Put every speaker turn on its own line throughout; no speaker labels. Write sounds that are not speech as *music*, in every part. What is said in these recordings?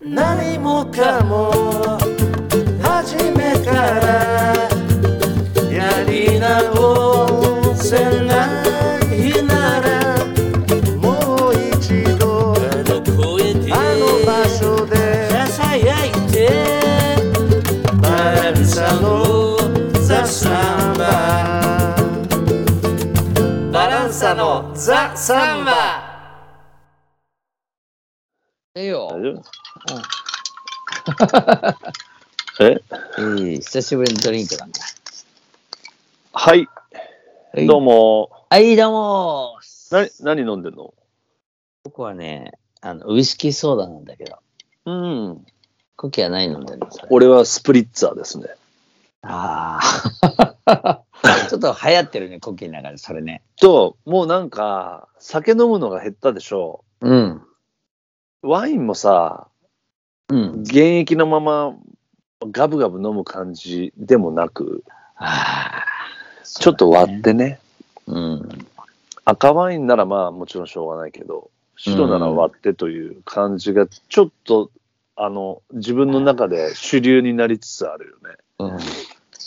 何もかも初めからやり直せないならもう一度
あの声で
あの場所で
ささやいて
バランサの
の
ザ・
ザ・
サ
サ
ン
ン
バ
バランサのザ・サンバ
ええよ
大。丈夫え
えー久しぶりのドリンクなんだ。
はい、
はい
どうも。
はい、どうも
な、何飲んでんの
僕はね、あの、ウイスキーソーダなんだけど、
うん。
コキは何飲んでるのそれ
俺はスプリッツァーですね。
ああ。 *laughs* ちょっと流行ってるね、コキの中で、それね。
と、もうなんか、酒飲むのが減ったでしょ。
うん。
ワインもさ、
うん。
現役のままガブガブ飲む感じでもなく、
ああ。
ちょっと割ってね、
うん。
赤ワインならまあもちろんしょうがないけど、白なら割ってという感じが、ちょっと、あの、自分の中で主流になりつつあるよね。
うん。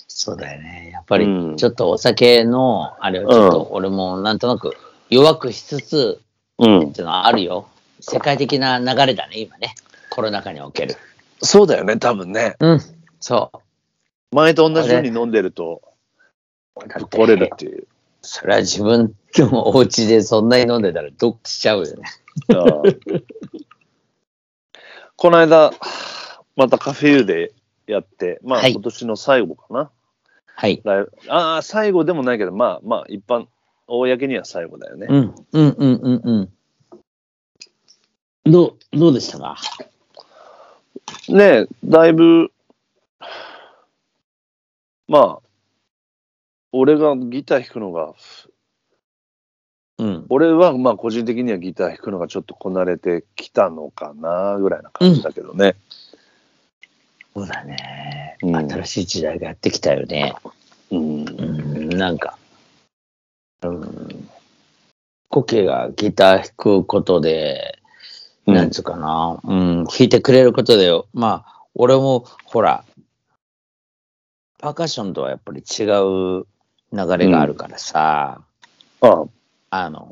そうだよね。やっぱり
う、ん
ちょっとお酒の、あれをちょっと、俺もなんとなく弱くしつつ、
うん
っ。ていうのはあるよ。世界的な流れだね、今ね。コロナ禍における。
そうだよね、多分ね。
うん。そう。
前と同じように飲んでると、ぶっ壊れるっていう。
それは自分のお家でそんなに飲んでたらドッキしちゃうよね。
うん *laughs* この間、またカフェユーでやって、まあ、
はい
今年の最後かな。
はい。
ライブああ、最後でもないけど、まあまあ、一般、公には最後だよね。
うん。うんうんうんうん。どう、どうでしたか
ねえ、だいぶ、まあ、俺がギター弾くのが、
うん。
俺はまあ個人的にはギター弾くのがちょっとこなれてきたのかなぐらいな感じだけどね。
そうだね。
うん
新しい時代がやってきたよね。
うん
うん、なんか。うん。コケがギター弾くことで、
うん
なんつうかな、うん、弾いてくれることで、まあ、俺も、ほら、パーカッションとはやっぱり違う流れがあるからさ、
あ
あの、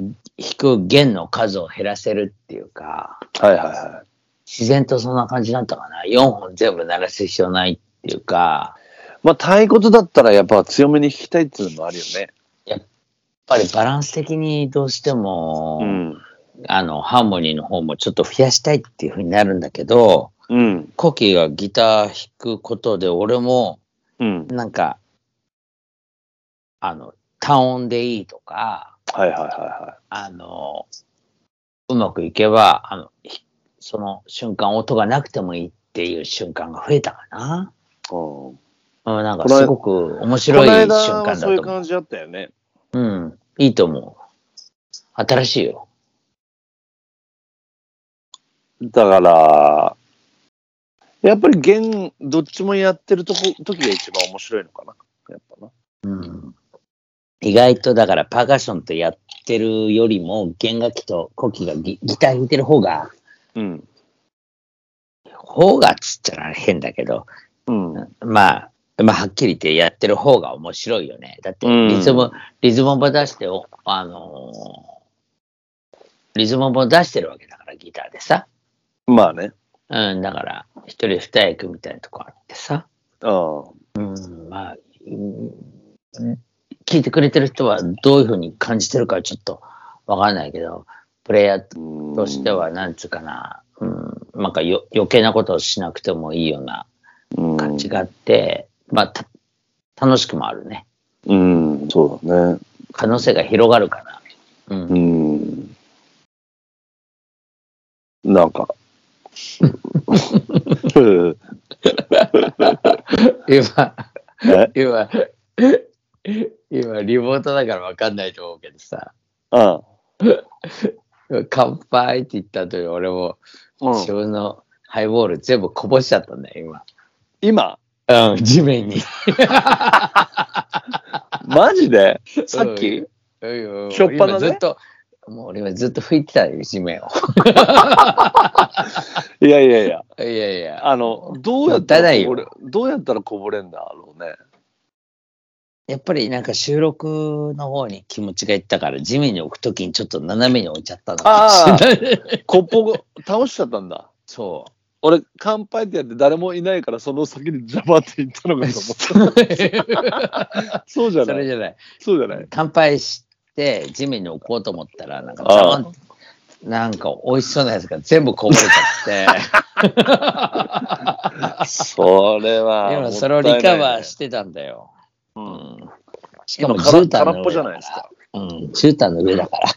弾く弦の数を減らせるっていうか、
はいはいは
自然とそんな感じだったかな。4本全部鳴らす必要ないっていうか、
い。まあ太鼓とだったらやっぱ強めに弾きたいっていうのもあるよね。
やっぱりバランス的にどうしても、
うん。
あの、ハーモニーの方もちょっと増やしたいっていう風になるんだけど、
うん。
コキがギター弾くことで、俺も、
うん。
なんか、あの、単音でいいとか、
はいはいはいは
あの、うまくいけば、あの、ひその瞬間音がなくてもいいっていう瞬間が増えたかな。
い。うん、
うん、なんか
この間
すごく面
この
白い瞬
間
間
は
だ
そうい
と
う
思う。
感じだったよね。
うん、いいと思う。新しいよ。
だから、やっぱり弦、どっちもやってるとこ時が一番面白いのかな。やっぱな。
うん。意外とだからパーカッションとやってるよりも弦楽器とコキがギギター弾いてる方が、
うん。
方がっつったら変だけど、
うん。
まあ、まあ、はっきり言ってやってる方が面白いよね。だって
うん
リズム、リズムも出してお、あのーリズムも出してるわけだから、ギターでさ。
まあね。
うん、だから、一人二役みたいなとこあってさ。
うん。
うん、まあ、うん聞いてくれてる人はどういうふうに感じてるかちょっとわかんないけど、プレイヤーとしては、なんつうかな、うん、なんかよ余計なことをしなくてもいいような感じがあって、まあ、た楽しくもあるね。
うん、うんそうだね。
可能性が広がるかな。うん。
うん。なん
*laughs*
か。
今、
え
今、今、リモートだから分かんないと思うけどさ、
あ
乾杯って言った後に俺も
うん
自分のハイボール全部こぼしちゃったんだよ、
今、
今。うん、地面に。
マ
*laughs*
ジでさっき、
うん *laughs* うん
しょっぱなね
今ずっと、もう俺はずっと拭いてたよ、地面を。
いやいやいや、
いやいや、
あの、どうやった
もったいな
ら
い
こ
よ
ぼれ、どうやったらこぼれんだろうね。
やっぱりなんか収録の方に気持ちがいったから、地面に置くときにちょっと斜めに置いちゃったのかもしれない。
コップを倒しちゃったんだ。
そ
俺、乾杯ってやって誰もいないから、その先に邪魔って言ったのか
う。
と
そ
思
*laughs*
った。そうじゃな
れ
い。
じゃない。
そうじゃない。
乾杯して地面に置こうと思ったら、なんかザ
ああ
ワン、なんか美味しそうなやつが全部こぼれちゃ
*laughs*
って、
それは
今それをリカバーしてたんだよ。うんしか
今
も
空
絨毯
空
の
っぽ
上
じゃ
だ
ない
か
ですか。
ら。うん、絨毯の上だから。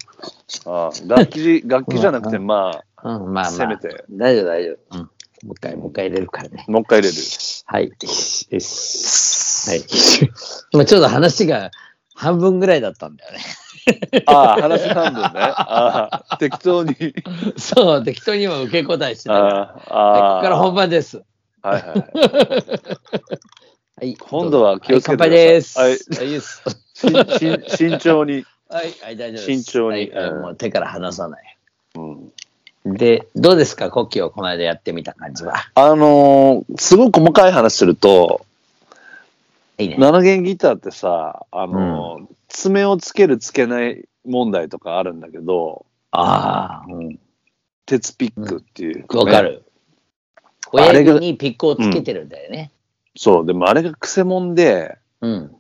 ああ楽
*laughs*
器、楽器じゃなくて、まあ、
うん、まあまあ。
せめて
大丈夫、大丈夫。うん。もう一回、もう一回入れるからね。
もう一回入れ
*laughs*
る。
はい。よしはい。今ちょうど話が半分ぐらいだったんだよね。
ああ、話半分ね。ああ、適当に。
*laughs* そう、適当に今受け答えして
あ
たから。
あ、ああ。
ここから本番です。は
はいはい。
い。
今度は気をつけてください
はい乾杯です。
はい
いいです。
しんしん慎重に。
はい、はい、大丈夫です。
慎重に
はいはい
うん
もう手から離さない。
うん
で、どうですか、コッキーをこの間やってみた感じは。
あのーすごい細かい話すると、
いいね。
7弦ギターってさ、あのー爪をつけるつけない問題とかあるんだけど、
ああ、うん。
鉄ピックっていう、
わか。る。
あ
親
れが
指にピックをつけてるんだよね。
そう、でもあれがクセもんで、
うん。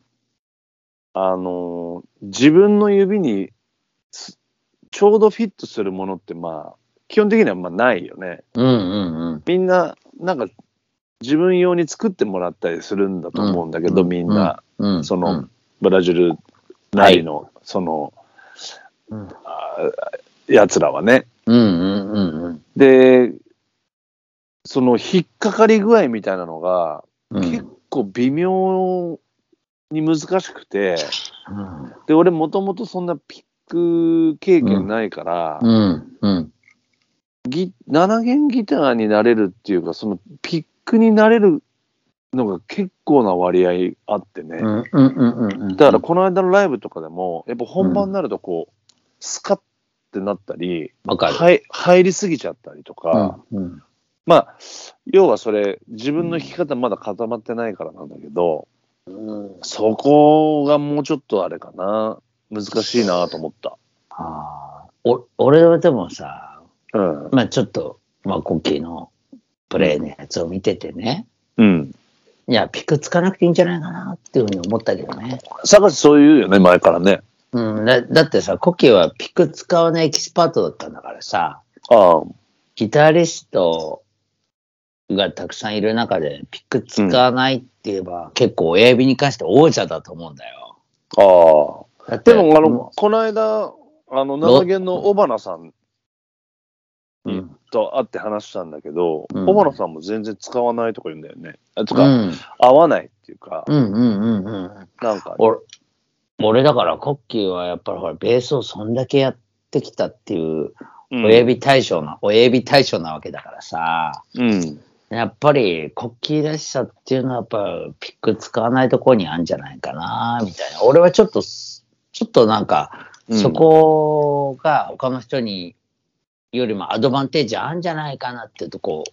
あのー自分の指にすちょうどフィットするものってまあ、基本的にはまあないよね。
うんうんうん。
みんな、なんか、自分用に作ってもらったりするんだと思うんだけど、
うん
みんな。
うん、
その
うん
ブラジルなりの、その、
うん
あーやつらはね。
うんうんうん
で、その引っかかり具合みたいなのが、
うん。
結構微妙に難しくて、
うん
で、俺もともとそんなピック経験ないから、
うんうん
ぎ7弦ギターになれるっていうか、そのピックになれるのが結構な割合あってね。
うんうんうんうん。
だからこの間のライブとかでも、やっぱ本番になるとこう、スカッってなったり、
わかる。
はい、入りすぎちゃったりとか、
うん
まあ、要はそれ、自分の弾き方まだ固まってないからなんだけど、
うん
そこがもうちょっとあれかな、難しいなと思った。
あーお俺はでもさ、
うん。
まあちょっと、まあ、コッキーのプレイのやつを見ててね、
うん。
いや、ピックつかなくていいんじゃないかなっていうふうに思ったけどね。
探しそう言うよね、前からね。
うん、だだってさ、コッキーはピック使わないエキスパートだったんだからさ、
ああ、
ギタリストがたくさんいる中で、ピック使わないって言えば、結構親指に関して王者だと思うんだよ。
ああ。
だって
でも、あの、この間、あの、長弦の尾花さん
うん
と会って話したんだけど、
うん
小原さんも全然使わないとか言うんだよね。あと
う
か、
ん
合わないっていうか、
うんうんうんうん。
なんか、
俺、俺だからコッキーはやっぱりほら、ベースをそんだけやってきたっていう、
うん
親指対象な、親指対象なわけだからさ、
うん。
やっぱりコッキーらしさっていうのはやっぱピック使わないとこにあるんじゃないかな、みたいな。俺はちょっと、ちょっとなんか、
うん
そこが他の人によりもアドバンテージあるんじゃないかなっていうとこ、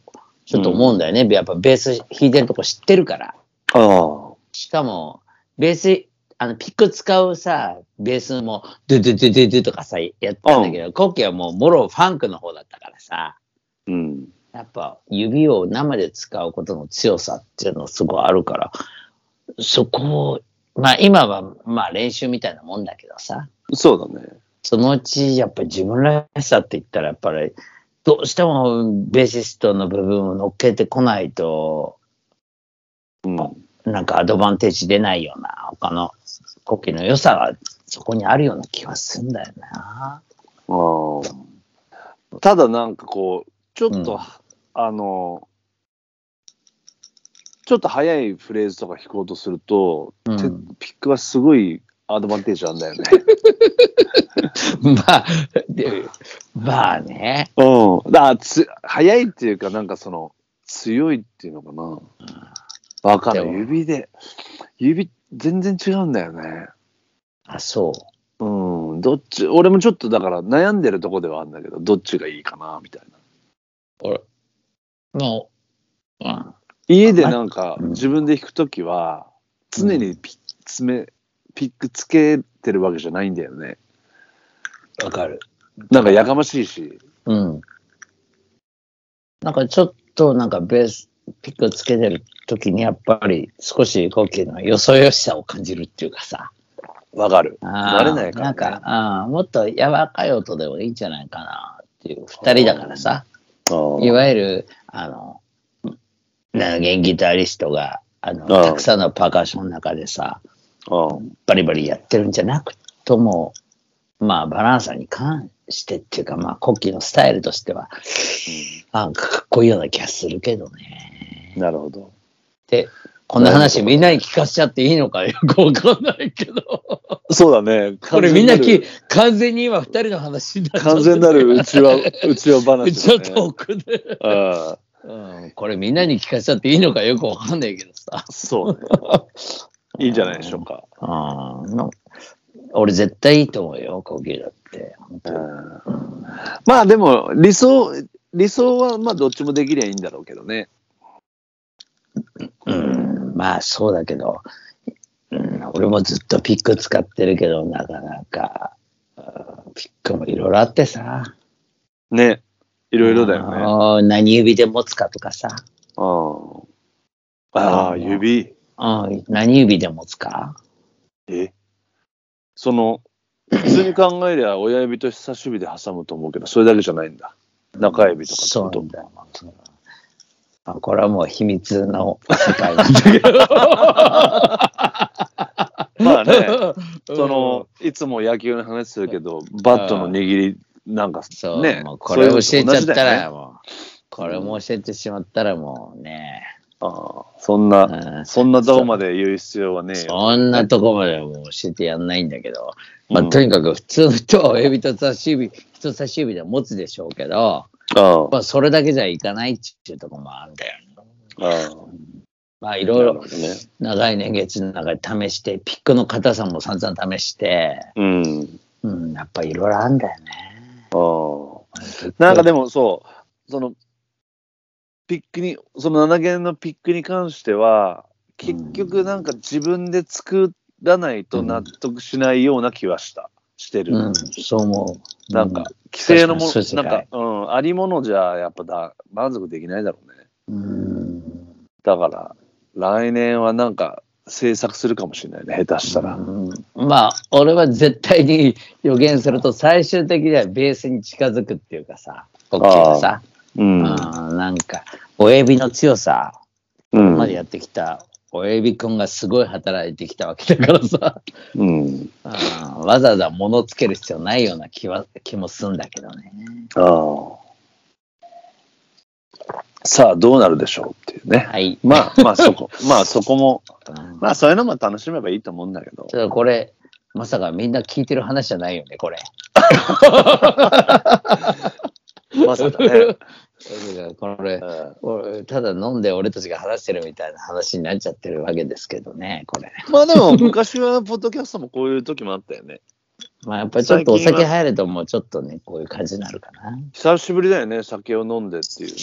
ちょっと思うんだよね。やっぱベース弾いてるとこ知ってるから。
ああ。
しかも、ベース、あの、ピック使うさ、ベースも、ドゥドゥドゥドゥドゥとかさ、やったんだけど、コッキーはもう、もろファンクの方だったからさ、
うん。
やっぱ指を生で使うことの強さっていうのすごいあるから、そこを、まあ今は、まあ練習みたいなもんだけどさ、
そうだね。
そのうちやっぱり自分らしさって言ったらやっぱり、どうしてもベーシストの部分を乗っけてこないと、
うん。
なんかアドバンテージ出ないような、他のコキの良さがそこにあるような気がするんだよな。
ああ。ただなんかこう、ちょっと、
うん
あの、ちょっと早いフレーズとか弾こうとすると、
うん *laughs*
てピックはすごいアドバンテージなんだよね。
まあ、でまあね。
うん。だからつ早いっていうか、なんかその、強いっていうのかな。わかん
で
ない。
も
指で、指、全然違うんだよね。
あ、そう。
うん。どっち、俺もちょっとだから悩んでるとこではあるんだけど、どっちがいいかな、みたいな。
俺もう、うん、
家でなんか
うん
自分で弾くときは常にピッ爪ピックつけてるわけじゃないんだよね
わかる。
なんかやかましいし
うん。なんかちょっとなんかベース、ピックをつけてる時にやっぱり少し動きのよそよしさを感じるっていうかさ。
わかる
あー
慣れないから、
な
ね、
んか、あーもっと柔らかい音でもいいんじゃないかなっていう、二人だからさ。
あー
いわゆる、あの、な弦ギタリストが、あの、
ああ
たくさんのパーカッションの中でさ、
あー
バリバリやってるんじゃなくとも、まあ、バランサーに関してっていうか、まあ、コッキーのスタイルとしては、あかっこいいような気がするけどね。
なるほど
で、こんな話みんなに聞かせちゃっていいのかよ *laughs* くわかんないけど。
そうだね
これみんなき
き
完全に今二人の話になっちゃって
完全なるうち
*laughs*
わうちわ話、ね、
ちょっと奥で、
ああ
うん。これみんなに聞かせちゃっていいのかよくわかんないけどさ。
そうねいいんじゃないでしょうか
ああ、な俺絶対いいと思うよ、コギーだって。本当に
まあでも理想理想はまあどっちもできりゃいいんだろうけどね
うん、まあそうだけど、うん、俺もずっとピック使ってるけど、なかなか、うんピックもいろいろあってさ。
ねい
い
ろいろだよね
何指で持つかとかさ。
あああ
あ
あ
ー
指
うん、何指で持つか
えその普通に考えりゃ親指と人差し指で挟むと思うけどそれだけじゃないんだ中指とか
そう
と
なんだよ。あこれはもう秘密の世界
*laughs*
なんだけど。
ま
*laughs*
あねそのいつも野球の話するけどバットの握りなんか
そう、
ね
もうこれ教え
そういう
ち
の
ゃっ
と同じ
た
だよね
ら、もう、これも教えてしまったらもうね、
ああそん
うん
なそんなとこまで言う必要はねえよ
そんなとこまではもう教えてやんないんだけど、まあ、
うん
とにかく普通の人は親指と人差し指、人差し指で持つでしょうけど、
ああ
まあ、それだけじゃいかないっていうところもあるんだよね。
あ
まあ、い
あ
ろいろ
なるほどね
長い年月の中で試して、ピックの硬さも散々試して、
うん
うん、やっぱいろいろあるんだよね。
ああなんか
ね、
でもそう、そのピックに、その7弦のピックに関しては、結局なんか自分で作らないと納得しないような気はした、してる。
うん、そう思う。
なんか、規制のも
確かにそう
の、
で
な
す
んか、うん、ありものじゃやっぱだ満足できないだろうね。
うん、
だから、来年はなんか制作するかもしれないね、下手したら。
うんまあ俺は絶対に予言すると最終的にはベースに近づくっていうかさ呼吸がさ、
うん。
うんなんか親指の強さ
うん
までやってきた親指くんがすごい働いてきたわけだからさ、
うん。
うんわざわざ物つける必要ないような気は気もすんだけどね
ああ。さあ、どうなるでしょうっていうね。
はい、
まあまあそ *laughs* こ、まあそこも、
うん
まあそういうのも楽しめばいいと思うんだけど
ち。ょっとこれまさかみんな聞いてる話じゃないよねこれ
まさかね。
これ
うん
俺ただ飲んで俺たちが話してるみたいな話になっちゃってるわけですけどね、これ。
まあでも昔はポッドキャストもこういう時もあったよね。
まあやっぱりちょっとお酒入るともうちょっとね、こういう感じになるかな。
久しぶりだよね、酒を飲んでっていうね。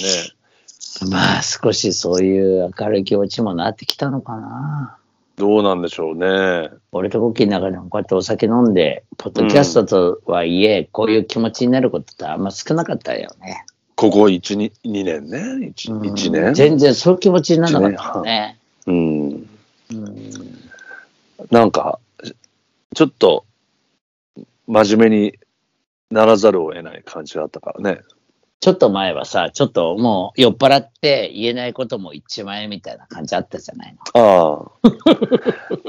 まあ少しそういう明るい気持ちもなってきたのかな。
どうなんでしょうね。
俺とコッキーの中でもこうやってお酒飲んで、ポッドキャストとはいえ、こういう気持ちになることってあんま少なかったよね。
ここ1、2, 2年ね。1, 一
うん
年。
全然そういう気持ちにならなかったね。
うん。
うん
なんか、ちょっと真面目にならざるを得ない感じがあったからね。
ちょっと前はさ、ちょっともう酔っ払って言えないことも一万円みたいな感じあったじゃないの。
*laughs* あ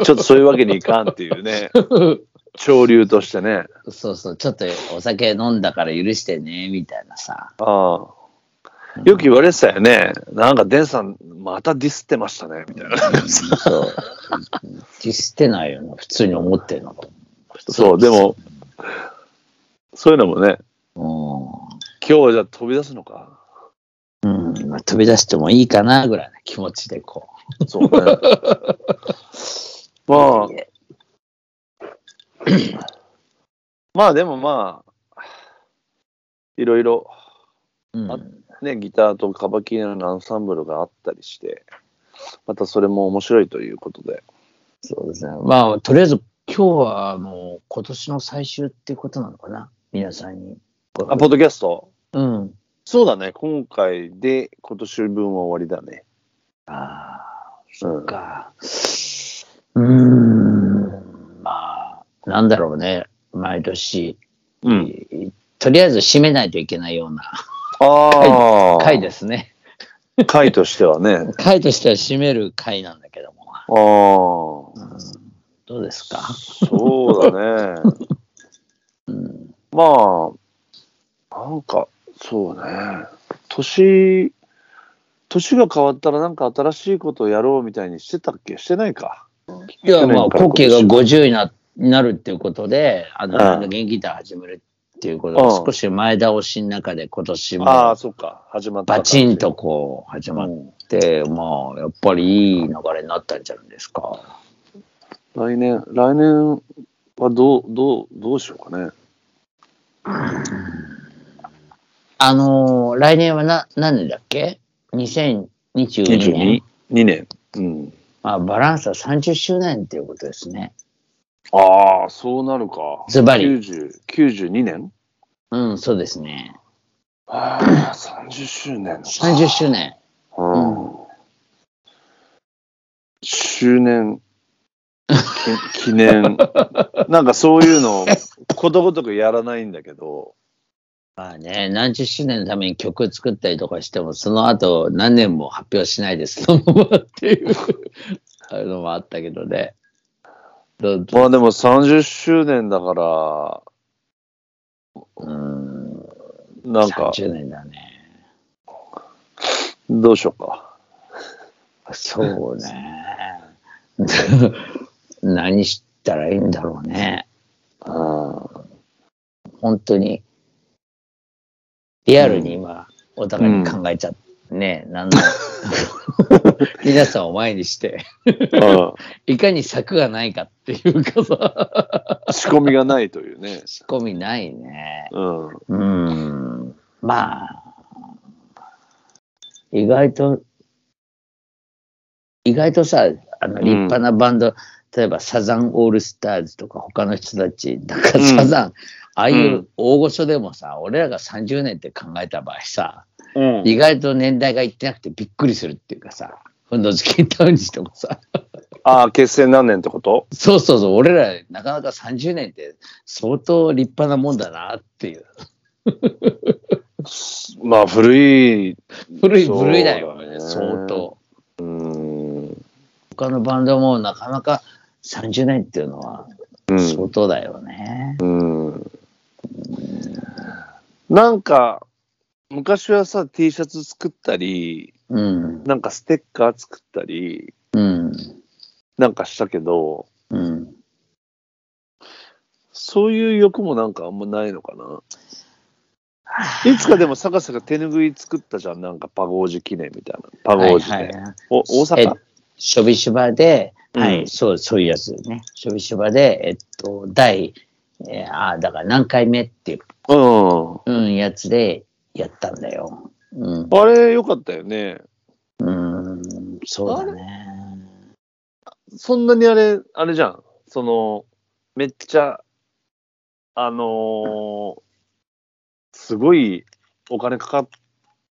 あ。ちょっとそういうわけにいかんっていうね。潮流としてね。
そうそう、ちょっとお酒飲んだから許してね、みたいなさ。
ああ。よく言われてたよね。なんか、デンさん、またディスってましたね、みたいな。
そう。決してないよな、普通に思ってるのと。
そう、でも、そういうのもね、今日はじゃあ飛び出すのか。
うん。うん、まあ、飛び出してもいいかな、ぐらいな気持ちでこ
そう *laughs* ね。まあ
う。、
まあでもまあ、いろいろ
うん
あね、ギターとカバキリナのアンサンブルがあったりして、またそれも面白いということで。
そうですね。まあ、とりあえず今日はもう今年の最終っていうことなのかな。皆さんに。
あ、ポッドキャスト
うん。
そうだね、今回で今年分は終わりだね。
ああ、そっか。うーん。まあ、なんだろうね。毎年、
うん。
とりあえず締めないといけないような
ああ。
回ですね。
回としてはね。
回としては締める回なんだけども。
ああ。
どうですか
そうだね。まあ、なんか、そうね。年、年が変わったらなんか新しいことをやろうみたいにしてたっけしてないか。
いや、まあ、
去年から
ポッケが50にななるっていうことで、あの、
うん
なんだっけギター始めるっていうことが
うん
少し前倒しの中で今年
ああ、
も
そっか。始まったか。
バチンとこう始まって、まあ、やっぱりいい流れになったんじゃないですか。
来年、来年はどう、どう、どうしようかね。
あのー来年はな、何年だっけ ?2022 年。
2年。うん。
まあ、バランスは30周年っていうことですね。
ああ、そうなるか。
ズバリ
90 92年
うん、そうですね。
ああ、30周年か。
30周年。
うん周年き記 *laughs* 念なんかそういうのをことごとくやらないんだけど
まあね、何十周年のために曲作ったりとかしても、その後何年も発表しないです、そのままっていう *laughs* あのもあったけどね。ど
まあでも30周年だか
うん、
らなんか
30年だね。
どうしようか
そうね。 *laughs* 何したらいいんだろうね。
う
本当に。リアルに今、お互いに考えちゃって、ね、なんの *laughs* 皆さんを前にして。
ん、うん
いかに柵がないかっていうかさ、 *laughs*
仕込みがないというね、
仕込みないね。
うん、
うん。まあ、意外と、意外とさ、あの立派なバンド、例えばサザンオールスターズとか他の人たち、なんか
うん
サザン、ああいううん大御所でもさ、俺らが30年って考えた場合さ、
うん
意外と年代がいってなくてびっくりするっていうかさ、ふんどしきんたうじとかさ。
ああ結成何年ってこと
そうそうそう、俺らなかなか30年って相当立派なもんだなっていう。
まあ古い
古い古いだよ
そうだ
ね、
ね
相当。
うん、うん、
他のバンドもなかなか30年っていうのは相当だよね。
うんなんか、昔はさ、T シャツ作ったり、
うん。
なんかステッカー作ったり、
うん。
なんかしたけど、
うん。
そういう欲もなんかあんまないのかな。いつかでもサカサカ手ぬぐい作ったじゃん、なんかパゴージ記念みたいな。パゴージで。
はいはい
お大
え
阪
ショビシュバで、
うん
はい、そう、そういうやつね。ショビシュバで、えっと、第、えーああ、だから何回目っていう、
うん。
うん、やつでやったんだよ。うん。
あれ良かったよね。
うん、そうだね。
そんなにあれ、あれじゃん。その、めっちゃ、あのーすごいお金かか、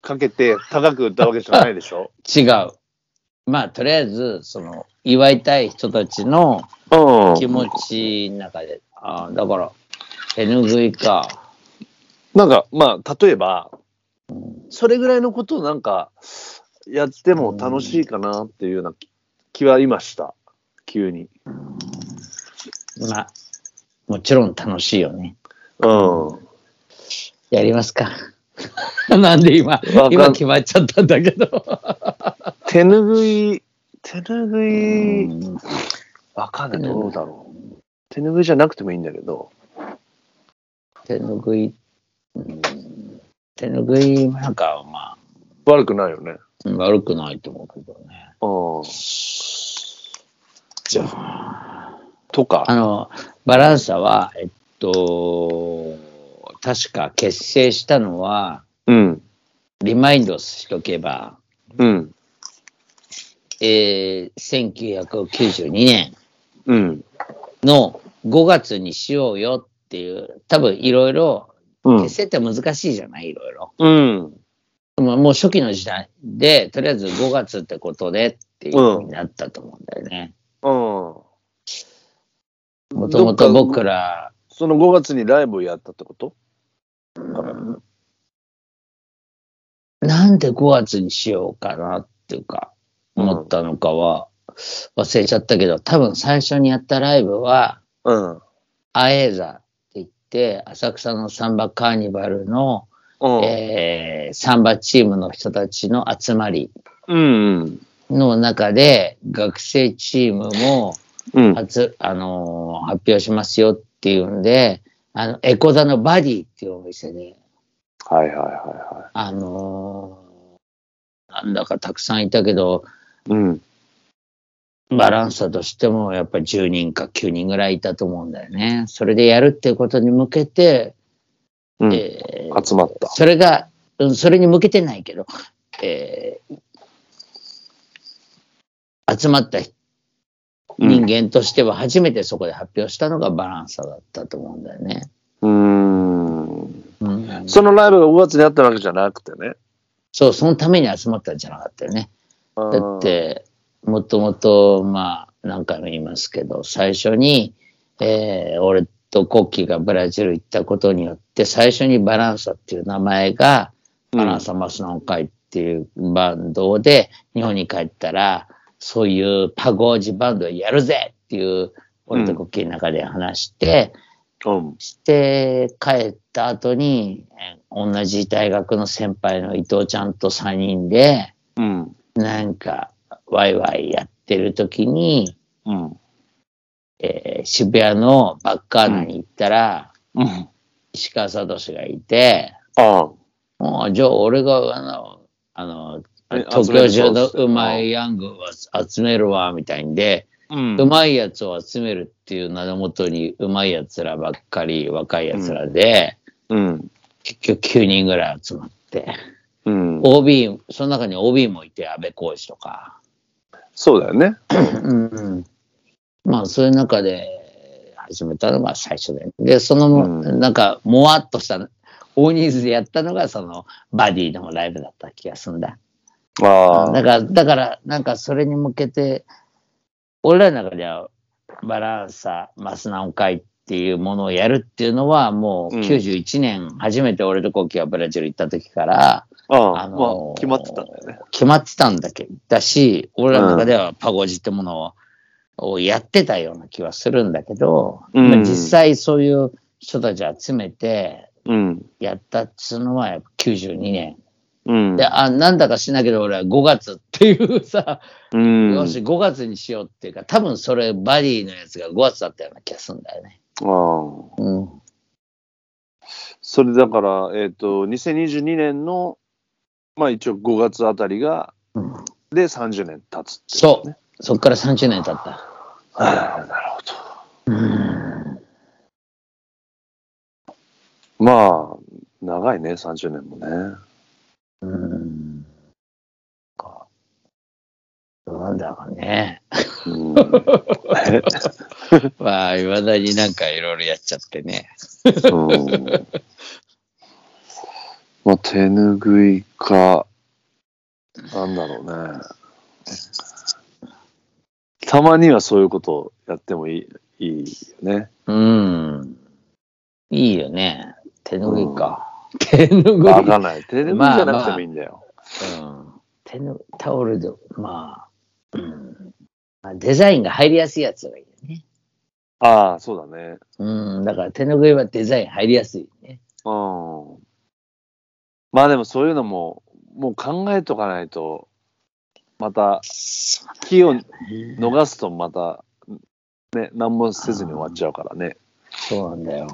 かけて高く売ったわけじゃないでしょ
違う。まあ、とりあえず、その、祝いたい人たちの
*laughs* う
気持ちの中で、ああ、だから、手ぬぐいか。
なんか、まあ、例えば、それぐらいのことをなんか、やっても楽しいかなっていうような気気は今した。急に。
まあ、もちろん楽しいよね。
うん。
やりますか。 *laughs* なんで今
かん、
今決まっちゃったんだけど。
手ぬぐい、手ぬぐい、わかんない。どうだろう。手ぬぐいじゃなくてもいいんだけど。
手ぬぐい、うん手ぬぐい、なんか、ま
悪くないよね。
あ、悪くないと思うけどね。
うん。
じゃあ、
と
あ
か。
の、バランサは、えっと、確か結成したのは、
うん。
リマインドしとけば、
うん。
えー、1992年
うん。
の5月にしようよっていう、多分いろいろ、
うん
結。成って難しいじゃないいろいろ。
うん。
まあもう初期の時代で、とりあえず5月ってことでっていうふうになったと思うんだよね。
うん。
もともと僕
ら。
ら、
その5月にライブをやったってこと
なんで5月にしようかなっていうか、
うん
思ったのかは忘れちゃったけど、多分最初にやったライブは、
うん。うん。
アエーザって言って、浅草のサンバカーニバルの、えーサンバチームの人たちの集まり
うん。
の中で、学生チームも、
うん。
発、あのー発表しますよっていうんで、あの、エコダのバディっていうお店で、
はいはいはいは
あのーなんだかたくさんいたけど、
い。うん。
バランサとしてもやっぱり10人か9人ぐらいいたと思うんだよね。それでやるっていうことに向けて、
うん。
えー
集まった。
それが、うんそれに向けてないけど、えー集まった人人間としては初めてそこで発表したのがバランサだったと思うんだよね。
うん。
うん
そのライブが5月にあったわけじゃなくてね。
そう、そのために集まったんじゃなかったよね。
だ
だっ、て、もともと、まあ、何回も言いますけど、最初に、えー俺とコッキーがブラジル行ったことによって、最初にバランサっていう名前が、
うん
バランサマスノン会っていうバンドで、日本に帰ったら、そういうパゴージバンドやるぜっていう、俺とコッキーの中で話して、
うん。
して帰った後に、えー同じ大学の先輩の伊藤ちゃんと3人で、
うん。
なんか、ワイワイやってる時に、
うん。
えー渋谷のバッカーナに行ったら、
うん。
石川聡がいて、
ああ。
もう、じゃあ俺が、あの、あの、
え
東京中の
集めるぞ
うまいヤングを集めるわ、みたいんで、
うん
うまいやつを集めるっていう名のもとに、うまいやつらばっかり、若いやつらで、
うん。
結局9人ぐらい集まって、
うん。
OB、その中に OB もいて、安倍浩二とか、
そうだよね。
うんまあそういう中で始めたのが最初で。で、その、
うん
なんか、もわっとした、大人数でやったのが、その、バディのライブだった気がするんだ。
あ
だ
あ。
から、だから、なんかそれに向けて、俺らの中では、バランサ、マスナオ会っていうものをやるっていうのは、もう
うん
91年、初めて俺とコッキーがブラジル行った時から、
あ
あ
あ。
の
まあ、決まってたんだよね。
決まってたんだけだし、俺らの中ではパゴジってものををやってたような気はするんだけど、
うん
まあ実際そういう人たち集めて
うん。
やったっつうのはやっぱ92年。
うん。
で、あ、なんだかしなけど俺は5月っていうさ、
うん。
よし5月にしようっていうか、多分それバディのやつが5月だったような気がするんだよね。
ああ。
うん。
それだから、えっ、と、2022年の、まあ一応5月あたりが、
うん
で30年経つってい
そ
ね
う。そっから30年経った。
ああなるほど。まあ、長いね、30年もね。
うん。かなんだかね。 *laughs*
うん、
まあ、いまだになんかいろいろやっちゃってね。
うんまあ、手拭いか、なんだろうね。たまにはそういうことをやってもいいいいよね。
うん。いいよね。手ぬぐいか。手ぬぐい。
わ
う
かんない。手拭いじゃなくてもいいんだよ。
ん。手ぬタオルで、まあ、うん。まあデザインが入りやすいやつがいいよね。
ああー、そうだね。
うん。だから手ぬぐいはデザイン入りやすいね。
うん。まあでもそういうのも、もう考えとかないと、また、木を逃すとまた、ね、何もせずに終わっちゃうからね。
そうなんだよ。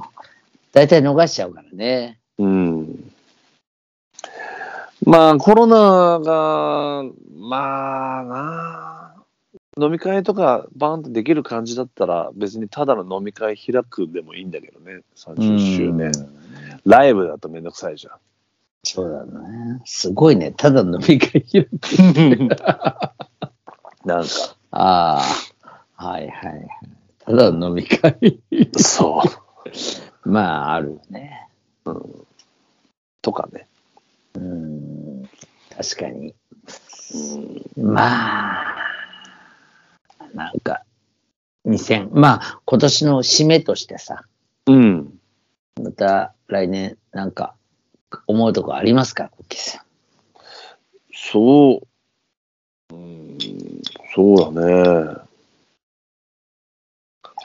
大体逃しちゃうからね。
うん。まあ、コロナが、まあなあ、飲み会とかバーンとできる感じだったら、別にただの飲み会開くでもいいんだけどね、30周年。ライブだとめんどくさいじゃん。
そうだね。すごいね。ただ飲み会開く。 *laughs*
なんか、
ああ、はいはいはい。ただ飲み会。
そう。
まあ、あるよね。
とかね。
うん。確かに。まあ、なんか、2000、まあ、今年の締めとしてさ、
うん。
また来年、なんか、思うとこありますか、コッキーさん。
そう。うん、そうだね。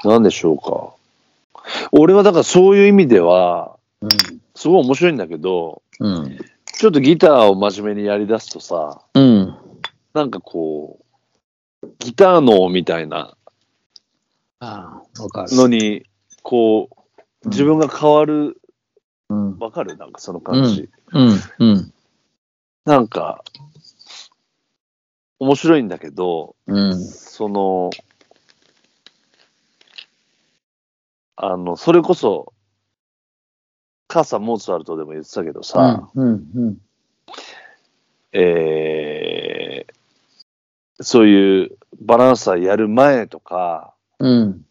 なんでしょうか。俺はだからそういう意味では、すごい面白いんだけど、
うん。うん。
ちょっとギターを真面目にやりだすとさ、
うん。
なんかこう、ギターのみたいな
ああ、わかる。
のに、こう、自分が変わる、
うん。
わかるなんかその感じ。
うん。うん。
なんか、面白いんだけど、
うん。
その、あの、それこそ、母さんモーツァルトでも言ってたけどさ、
うん。うん。
えーそういうバランサーやる前とか、
うん。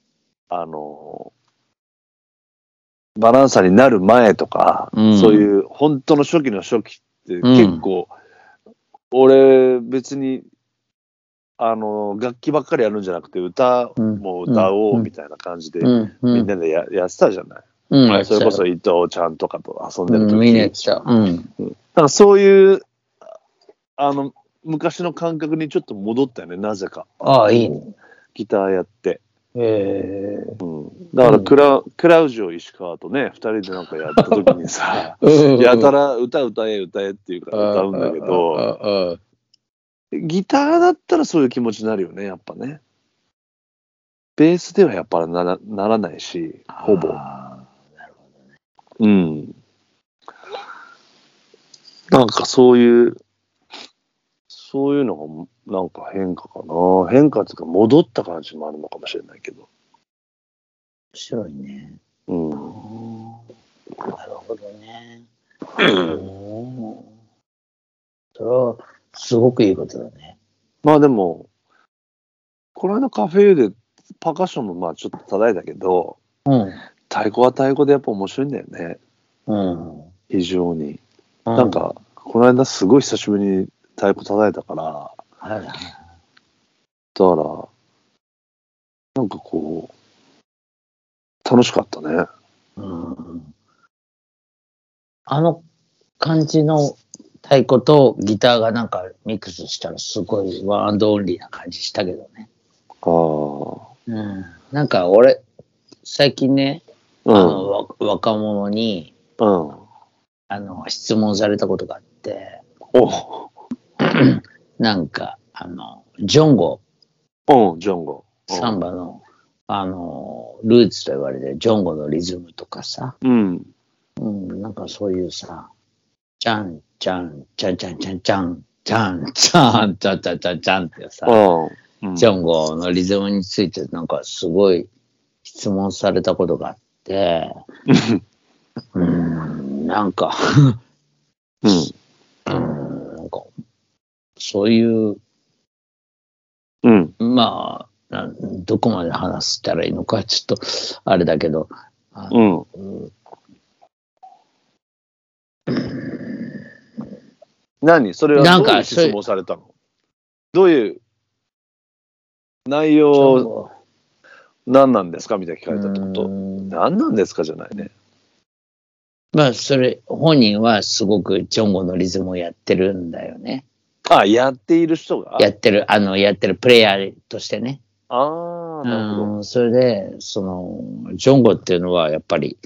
あの、バランサーになる前とか、
うん
そういう本当の初期の初期って結構、俺別に、あの、楽器ばっかりやるんじゃなくて歌
うん
も歌おうみ
た
たいな感じで、
うん。うん。
みんなでややってたじゃない。
うん、うん、
それこそ伊藤ちゃんとかと遊ん
う
でる時、
ん、みんなやってた。うん。
なんかそういう、あの、昔の感覚にちょっと戻ったよね、なぜか。
ああ、いいね。
ギターやって。
ええ、
うん、だからクラ、クラウジオ石川とね、二人でなんかやった時にさ *laughs* や
ら
たら歌歌え歌えっていうから歌うんだけど、
ど。
ギターだったらそういう気持ちになるよね、やっぱね。ベースではやっぱならならないし、ほぼ。うん。なんかそういう、そういうのがなんか変化かな。変化っていうか戻った感じもあるのかもしれないけど。
面白いね。
うん。
なるほどね。うんそれは、すごくいいことだね。
まあでも、この間カフェでパーカッションもまあちょっと叩いたけど、
うん。
太鼓は太鼓でやっぱ面白いんだよね。
うん。
非常に。なん、か、この間すごい久しぶりに太鼓叩いたから、
はいはい。
だから、なんかこう、楽しかったね。
うんあの感じの太鼓とギターがなんかミックスしたらすごいワンアンドオンリーな感じしたけどね。
ああ。
うん、なんか俺、最近ね、
う
あ
ん。
のわ若者に
うん。
あの質問されたことがあって、
お
なんか、あの、ジョンゴ、
うん、ジョンゴ。
サンバの、あの、ルーツと言われてるジョンゴのリズムとかさ、
うん。
うん、なんかそういうさ、じゃんじゃんじゃんじゃんじゃんじゃんじゃんじゃんじゃんじゃんじゃんじゃんってさ、
うん。
ジ
ゃ
ョンゴのリズムについてなんかすごい質問されたことがあって、うーん、なんか、
う
う
ん。
ーん、なんか、そういう、
うん。
まあ、なんどこまで話したらいいのかちょっとあれだけど、
うん。
うん
何それは
なん
ど
か
ういう
そうい
質
う
問されたのどういう内
ジョン
容
ゴ
何なんですかみたいな聞かれたってこ
う
と
ーん
何なんですかじゃないね。
まあ、それ、本人はすごくジョンゴのリズムをやってるんだよね。
あ、やっている人が
やってる、あの、やってるプレイヤーとしてね。
ああ、なるほど。
うん、それで、その、ジョンゴっていうのはやっぱり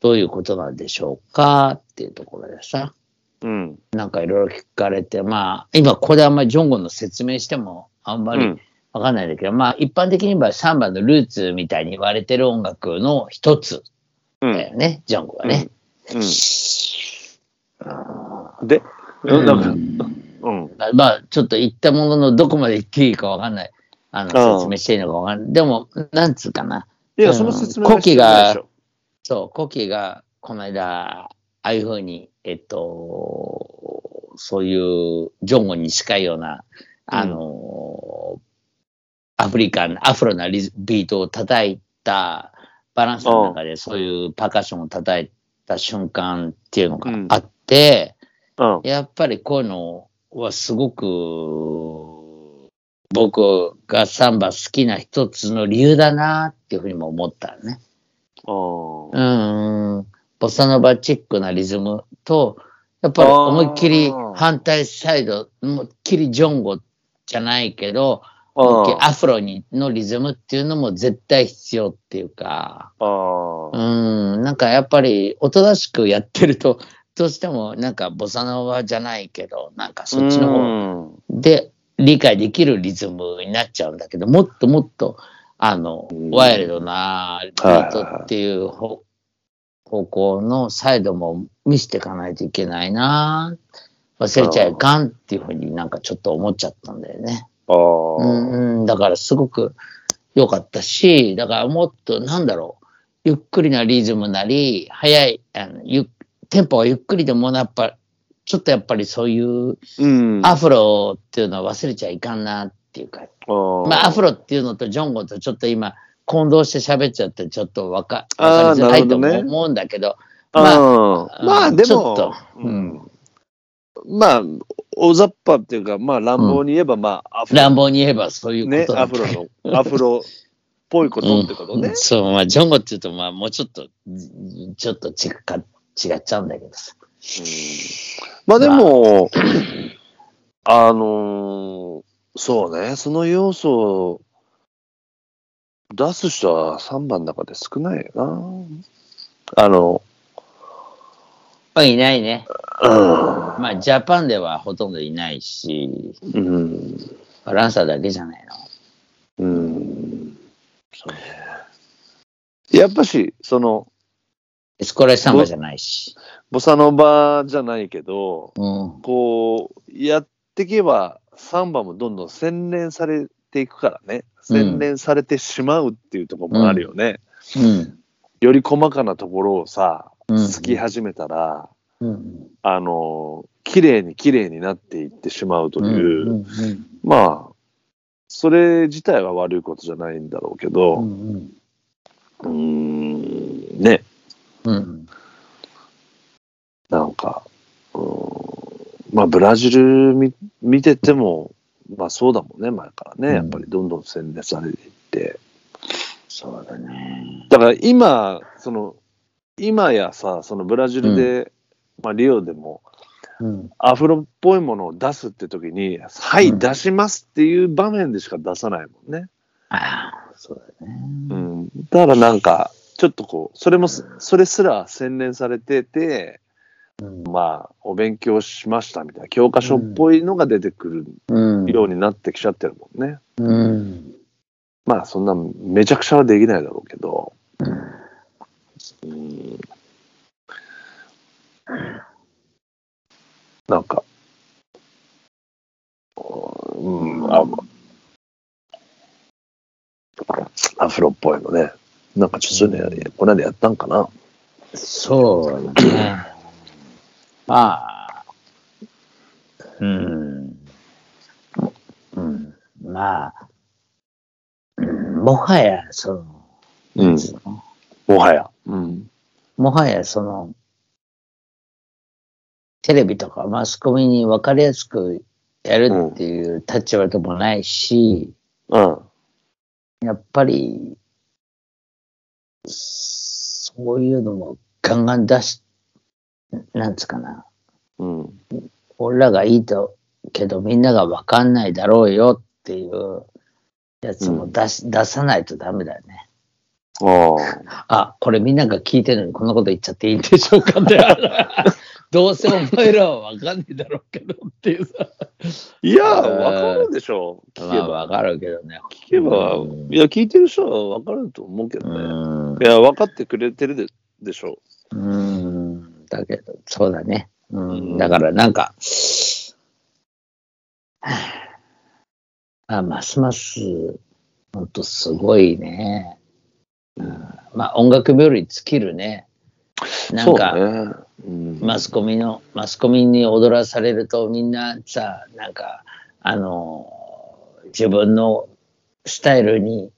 どういうことなんでしょうかっていうところでさ、
うん。
なんかいろいろ聞かれて、まあ、今ここであんまりジョンゴの説明してもあんま
う
り
ん
わかんないんだけど、まあ一般的に言えばサンバのルーツみたいに言われてる音楽の一つ
うん
だよね、ジョンゴはね。
うんで、うんなんか、うん。
*laughs* まあまあ、ちょっと言ったもののどこまで言っていいかわかんない。あ
うん
の、説明していいのかわかんない。でも、なんつうかな。
いや、その説明
うんコキが
してないでしょ
そう、コキがこの間、ああいうふうにえっと、そういうジョンゴに近いような、あの、アフリカン、アフロなリズビートを叩いたバランスの中で、そういうパーカッションを叩いた瞬間っていうのがあって、
うん。
やっぱりこういうのはすごく、僕がサンバ好きな一つの理由だなっていうふうにも思ったね。
あ
う
あ。
ん、ボサノバチックなリズムと、やっぱり
あー
思いっきり反対サイド、思いっきりジョンゴじゃないけど、思いっきりアフロにのリズムっていうのも絶対必要っていうか、
あ
う
あ。
ん、なんかやっぱりおとなしくやってると、どうしてもなんかボサノバじゃないけど、なんかそっちの方
方。
で理解できるリズムになっちゃうんだけどもっともっとあの
うん
ワイルドなビートっていうほ方向のサイドも見せていかないといけないな忘れちゃいかんっていうふうになんかちょっと思っちゃったんだよね。
あ
う
あ。
んうん、だからすごく良かったしだからもっとなんだろうゆっくりなリズムなり速いあのゆっテンポがゆっくりでもやっぱちょっとやっぱりそういう
うん。
アフロっていうのは忘れちゃいかんなっていうか、まあ、アフロっていうのとジョンゴとちょっと今混同して喋っちゃってちょっとわかわか
あー
りづらいと
なるほどね
思うんだけど
あ
ま
あ。まあ、で
ちょっと
も、、
うん、
まあ、大雑把っていうか、まあ、乱暴に言えば、まあ、アフロ。
乱暴に言えばそういう
ね、
ことだ
アフロの、アフロっぽいことってこと
う
ね
ん。そう、まあ、ジョンゴっていうと、まあ、もうちょっと、じちょっと違か違っちゃうんだけどさ。
まあでも、あのーそうね、その要素を出す人は3番の中で少ないよな。あの、
まあ、いないね。まあ、ジャパンではほとんどいないし、
うん、
バランサーだけじゃないの。
うん。やっぱし、その、
エスコラサンバじゃないし。
ボサノバじゃないけど、
うん。
こう、やってけば、サンバもどんどん洗練されていくからね。洗練されてしまうっていうところもあるよね。
うん。
より細かなところをさ、
うん
つき始めたら、
うん。
あの、綺麗に綺麗になっていってしまうという、
うんうん
まあ、それ自体は悪いことじゃないんだろうけ
う
ど、
んうん
うーん、ね、
うん
なんか、うーんまあ、ブラジル見見てても、まあそうだもんね、前から
うん
ね、やっぱりどんどん洗練されていって。
そうだね。
だから今、その、今やさ、そのブラジルで、まあリオでも、
うん。
アフロっぽいものを出すって時に、は
うん
い、出しますっていう場面でしか出さないもんね。
ああ、そうだ
う
ね。
ん、だからなんか、ちょっとこう、それもす、それすら洗練されてて、
うん
まあ、お勉強しましたみたいな、教科書っぽいのが出てく
うん
るようになってきちゃってるもんね。
うん。
まあ、そんな、めちゃくちゃはできないだろうけど。うん、なんか、うん、あアフロっぽいのね。なんかちょっとそういうのこの間やったんかな。
そうだね。まあ、うん。うん。まあ、うんもはや、その、
うんもはや。うん。
もはや、その、テレビとかマスコミに分かりやすくやるっていう立場でもないし、
うん。
やっぱり、そういうのもガンガン出し、なんつうかな。
うん。
俺らがいいと、けどみんながわかんないだろうよっていうやつも出し、出さないとダメだよね。
ああ。
あ、これみんなが聞いてるのにこんなこと言っちゃっていいんでしょう *laughs* かって。どうせお前らはわかんないだろうけどっていうさ。
いや、わかるでしょ。聞
ま
け
あ
ば。
わかるけどね。
聞けば
うん、
いや、聞いてる人はわかると思うけどね。
うん
いや、分かってくれてるででしょ
うーんだけど、そうだね。うん、
うん
だからなんか、 *sighs* はあ、ますます、ほんとすごいね。うんまあ音楽より尽きるね。
う。
なんか、
そうねうん
マスコミの、マスコミに踊らされるとみんなさ、なんか、あの、自分のスタイルに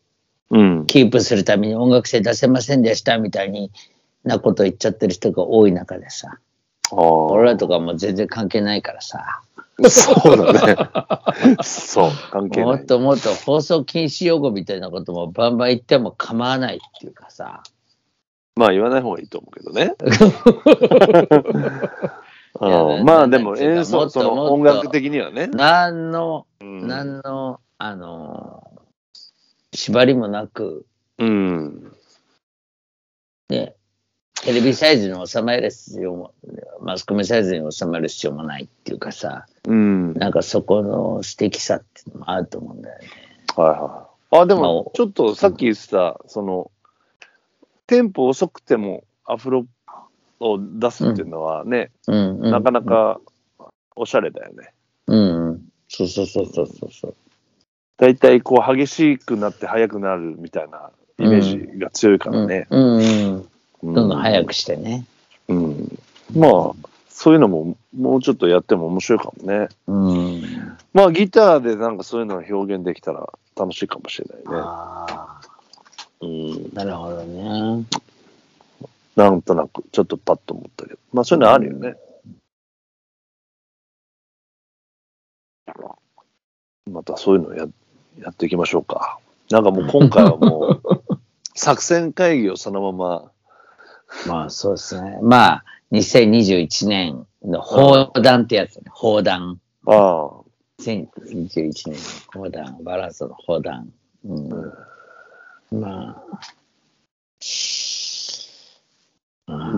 うん、
キープするために音楽性出せませんでしたみたいになこと言っちゃってる人が多い中でさ、
あー
俺らとかもう全然関係ないからさ、
*laughs* そうだね。そう、関係
も
な
っ
い。
ともっと放送禁止用語みたいなこともバンバン言っても構わないっていうかさ、
まあ言わない方がいいと思うけど
*laughs*
ね。
いや
う
なん
んまあ
な
で
ん
も
ていうか
演
も
奏、
っと
そ
もっ
の
と
音楽的にはね。
何の、
うん
何の、あの、縛りもなく、
うん。
ね、テレビサイズに収める必要も、マスコミサイズに収める必要もないっていうかさ、
うん。はい
なんかそこの素敵さっていうのもあると思うんだよね。
はい。あ、で
ま
も
あ、
ちょっとさっき言ってた、その、テンポ遅くてもアフロを出すっていうのはね、
うん、うん。
なかな。かおしゃれだよね。
うん、うん。そうそうそうそうそうそう。
だいたいこう激しくなって速くなるみたいなイメージが強いからね。
うん、うん。
ど
どんどん早くしてね。
うん、まあそういうのももうちょっとやっても面白いかもね
うん。
まあギターでなんかそういうのを表現できたら楽しいかもしれな
ああ、
いね、うん、
なるほどね。
なんとなくちょっとパッと思ったけどまあそういうのあるよね、またそういうのをややっていきましょうかなんかもう今回はもう作戦会議をそのまま
まあそうですね。まあ、2021年の砲弾ってやつね。砲弾。
ああ
2021年の砲弾、バランスの砲弾。うん。まあ。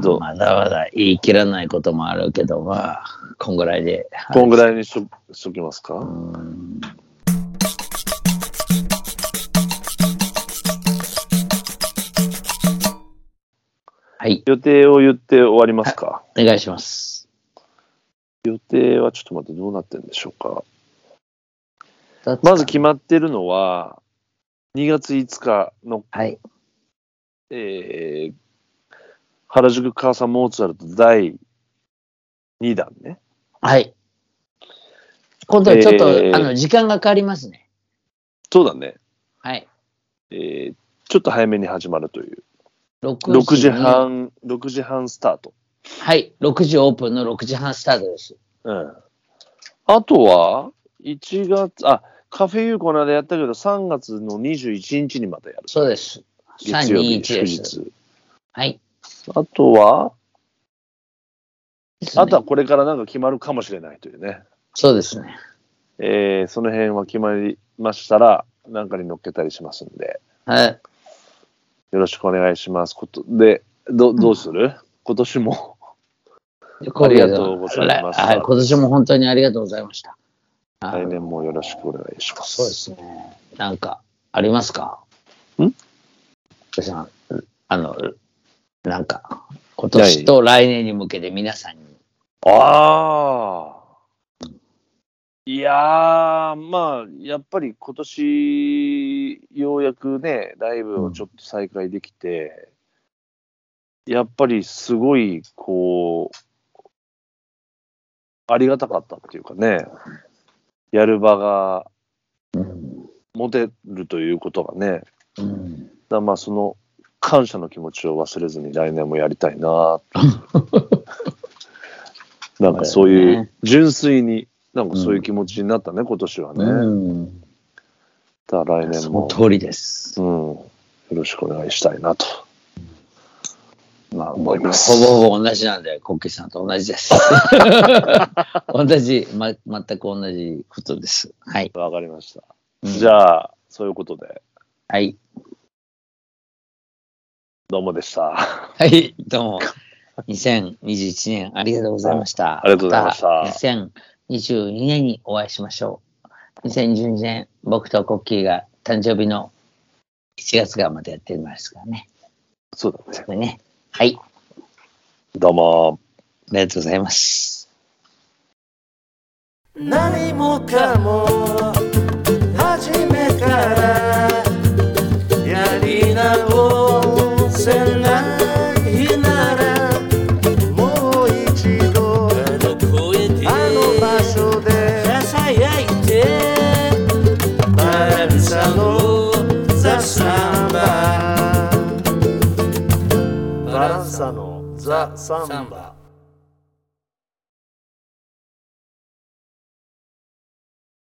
どう
まだまだ言い切らないこともあるけど、まあ、こんぐらいで。
こんぐらいにしとしときますか、
うんはい、
予定を言って終わりますか
お願いします。
予定はちょっと待ってどうなってるんでしょうかまず決まってるのは、2月5日の、
はい。
えー原宿母さんモーツァルト第2弾ね。
はい。今度はちょっと、
えー
あの、時間が変わりますね。
そうだね。
はい。
えーちょっと早めに始まるという。
6
6時
に。
半、6時半スタート。
はい。6時オープンの6時半スタートです。
うん。あとは、1月、あ、カフェユーこの間やったけど、3月の21日にまたやる。
そうです。
月曜日、
321
祝
です。
日。
はい。
あとは、
ですね
あとはこれからなんか決まるかもしれないというね。
そうですね。
えーその辺は決まりましたら、なんかに乗っけたりしますんで、
はい。
よろしくお願いします。ことで、どどうする今年も。ありがとうございました
はい。今年も本当にありがとうございました。はい
来年もよろしくお願いします。
そうですね。なんか、ありますか
ん
私はあの、なんか、今年と来年に向けて皆さんに。
ああ。いやー、まあ、やっぱり今年、ようやくね、ライブをちょっと再開できて、やっぱりすごい、こう、ありがたかったっていうかね、やる場が
うん。
持てるということがね、だか
うん、
らまあ、その感謝の気持ちを忘れずに来年もやりたい *laughs* なって、なんかそ
そ
う
うだ
い
よ
う
ね、
純粋に、なんかそういう気持ちになったね、今年はね。
うん。
だから来年
その
も、
通りです。
うん、よろしくお願いしたいなと。まあ、思います。
ほぼほぼ同じなんで、コッキーさんと同じ
*laughs*
です。同じ、ま、全く同じことです。はい。
わかりました。
うん
じゃあ、そういうことで、
はい。
どうもでした。
はい、どうも。2021年ありがとうございました。
ありがとうございました
た2022年にお会いしましょう。2012年、僕とコッキーが誕生日の1月がまたやってますからね。
*laughs* そうだね。
これね。はい、あ
どうも。
りがとうございます。
何もかも初めからやり直せないならバランサのザ・サンバ。